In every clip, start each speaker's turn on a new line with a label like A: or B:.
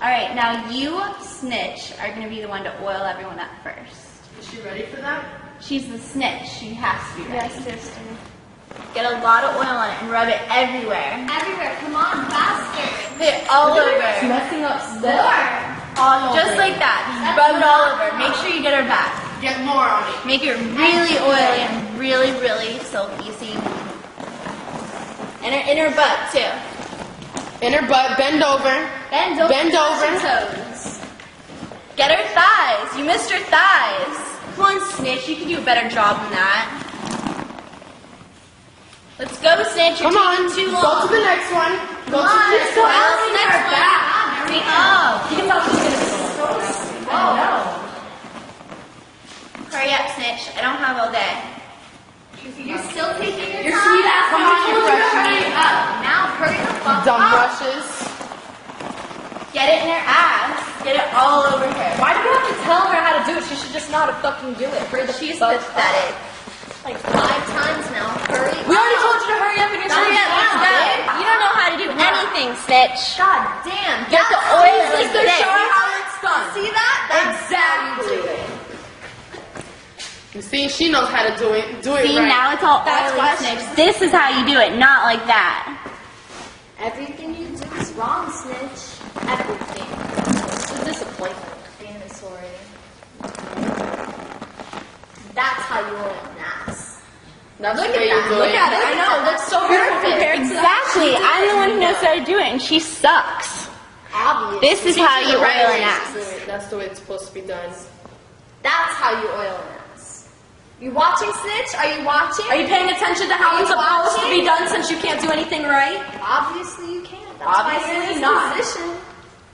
A: now you, Snitch, are going to be the one to oil everyone up first.
B: Is she ready for that?
A: She's the Snitch. She has to be ready.
C: Yes, sister.
D: Get a lot of oil on it and rub it everywhere.
A: Everywhere. Come on, faster.
D: Get it all over.
B: messing up
A: More. All
D: Just
A: over.
D: like that.
A: That's
D: Just rub it all
A: not-
D: over. Make sure you get her back.
B: Get more on it.
D: Make it really oily and really, really silky so you And her inner butt too.
B: In her butt, bend over.
D: Bend over.
B: Bend over.
D: Cross your toes. Get her thighs. You missed her thighs. Come on, Snitch. You can do a better job than that. Let's go, Snitch. You're
B: Come on.
D: taking too
B: Go
D: long.
B: to the next one. Go
D: Come on.
B: to the next one.
D: Well, the next one. Hurry up. Hurry up, Snitch. I don't have all day.
A: You're still taking your
B: Your
A: time.
B: sweet ass
A: Come
B: is
A: on,
B: taking
A: you
B: your
A: hurry
B: time.
A: up. Now hurry the fuck
B: Dumb
D: Ah.
A: up.
B: rushes.
D: Get it in her ass. Get it all over her.
C: Why do you have to tell her how to do it? She should just know how to fucking do it. Hurry the
D: She's
C: fuck up.
D: pathetic.
A: Like five times now. Hurry
C: We
A: up.
C: already told you to hurry up and you're
D: Hurry up. Let's go. You don't know how to do anything, Snitch.
A: God damn.
D: Get the oil.
C: like they're
D: Snitch.
C: showing how it's done.
A: See that? That's
C: Exactly.
B: You see, she knows how to do it. Do it
D: See,
B: right.
D: now it's all
C: That's
D: oily,
C: why
D: Snitch. This is how you do it, not like that.
A: Everything you do is wrong, Snitch. Everything.
C: It's a disappointment.
A: Damn it, sorry. That's how you oil an ass.
B: That's the way you do it.
D: at it. I know. It looks so perfect. Exactly. I'm the one who knows how to do it, and she sucks.
A: Obvious.
D: This is
B: Teach
D: how
B: her
D: you
B: the right
D: oil an
B: ways
D: ass.
B: to do it. That's the way it's supposed to be done.
A: That's how you oil an ass. You watching, Snitch? Are you watching?
C: Are you paying attention to how
A: Are
C: it's
A: you
C: supposed to
A: watching?
C: be done since you can't do anything right?
A: Obviously you can't. That's
C: Obviously
A: why you're in this
C: not.
A: position.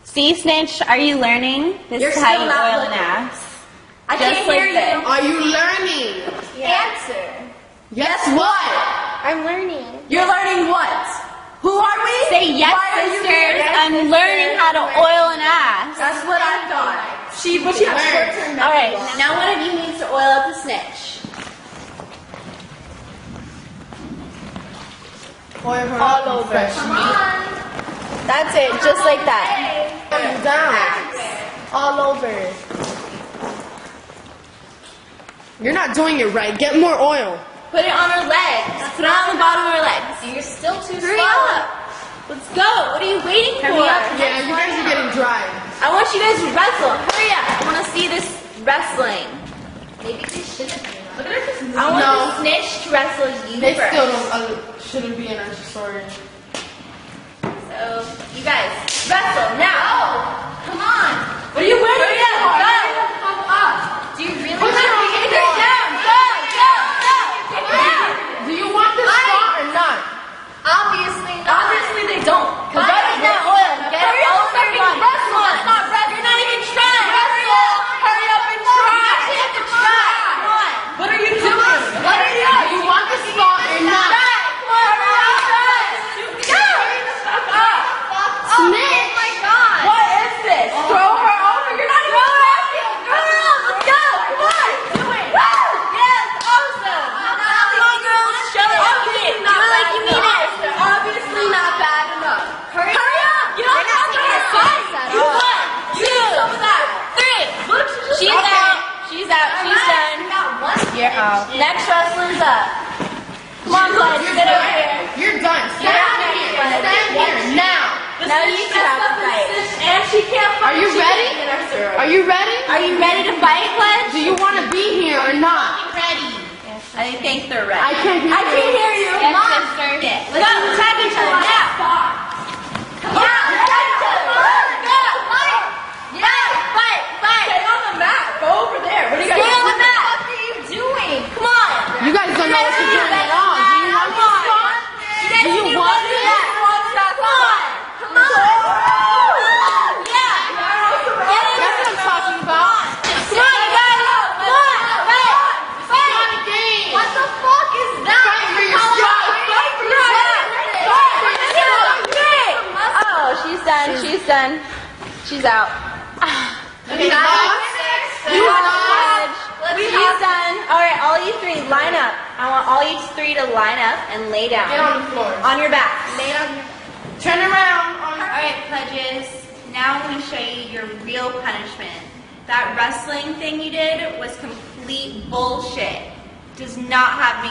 D: See, Snitch, are you learning? This
C: You're
D: is how
C: still
D: you
C: not
D: oil an
C: learning.
D: ass.
C: I
D: Just
C: can't
D: like
C: hear
D: this.
C: you.
B: Are you learning?
A: Answer.
B: Yes, what?
D: I'm learning.
C: You're learning what? Who are we?
D: Say yes,
C: Why are you
D: sisters.
C: here?
D: I'm learning how to oil an ass.
C: That's what I thought. She, but she learned.
D: All right, now one of you needs to oil up the snitch.
B: Oil her all over. Fresh meat.
D: That's it, just like that.
B: Down. All over. You're not doing it right. Get more oil.
D: Put it on her legs. Put it on the bottom of her legs.
A: You're still too
D: Hurry up. Let's go. What are you waiting for?
C: Hurry up.
B: Yeah, you guys are getting dry.
D: I want you guys to wrestle. Hurry up. I want to see this wrestling.
A: Maybe they shouldn't be.
C: Look at her just
D: I want
B: No.
D: the snitch to wrestle you
B: They
D: first.
B: still don't, uh, shouldn't be in our story.
D: So, you guys, wrestle now. Oh,
A: Come on.
C: What are you waiting
D: Hurry up.
C: for?
D: Go.
A: Fuck up. Do you really
D: Put your fingers down. Go, go, go. Go.
B: Do you want this shot or not?
A: Obviously not.
C: Obviously they don't. Cause
D: Rub
C: I
D: in that oil. Get
C: Hurry
D: it
C: up
D: all
C: and
D: over your
C: fucking
D: body.
C: wrestle.
D: Come on.
C: It's not wrestling.
D: You're not even trying. Hurry up. Hurry up and try. You have to try. Come on.
C: What are you doing?
D: What are you
B: Do you want this shot or not?
D: Oh
C: What is this? Throw her over. You're not even wrestling. Girl, let's go. Come on. Do it. Woo. Yes. Awesome. Come on, girls. Show it. Obviously it. Not like you mean it. Obviously not bad enough. Hurry, up. You don't have to her body. You won. You did some of that.
D: Three.
C: Look, she just
D: She's
C: Okay.
D: out. She's out. She's done. You're out. Next wrestler's up. Come on, bud.
B: You're
D: Sit over here.
B: done. You're done.
D: Get
B: Stand
D: out of here, bud.
B: here now.
C: This
D: Now
C: is
D: you two
C: messed
D: have to
C: up and
D: fight.
C: sis- And she can't
B: Are you
C: she can't
B: ready?
C: get her through.
B: Are you ready?
D: Are you ready to fight,
B: Do
D: Pledge?
B: you want to be here or not?
D: I think they're
B: I
D: ready.
B: can't hear
C: I can't
B: you.
C: hear you.
D: Yes, sister. Yes. Go. Tag each other now.
C: Come on.
D: Tag each other. Go. Fight. Fight. Fight. Fight.
C: Stay on the mat. Go over there. What are you
D: Stay on
C: guys
D: the mat. What are you doing? Come on.
B: You guys don't know what you're doing at all. Do
D: Do
B: you want this shot?
D: you want this? Come on. Come on. Yeah. Get in
B: That's what I'm talking about.
D: Come on, you guys. Come on. Fight. Fight.
B: Not a game.
D: What the fuck is that?
B: Fight for your shot.
D: Fight for your shot. Fight for your shot. Oh, she's done. She's done. She's out.
B: You lost. You lost.
D: She's done. All right, all you three, line up. I want all you three to line up and lay down
B: Get on the floor.
D: on your back.
B: Turn around.
D: All right, pledges. Now I'm going to show you your real punishment. That wrestling thing you did was complete bullshit. Does not have me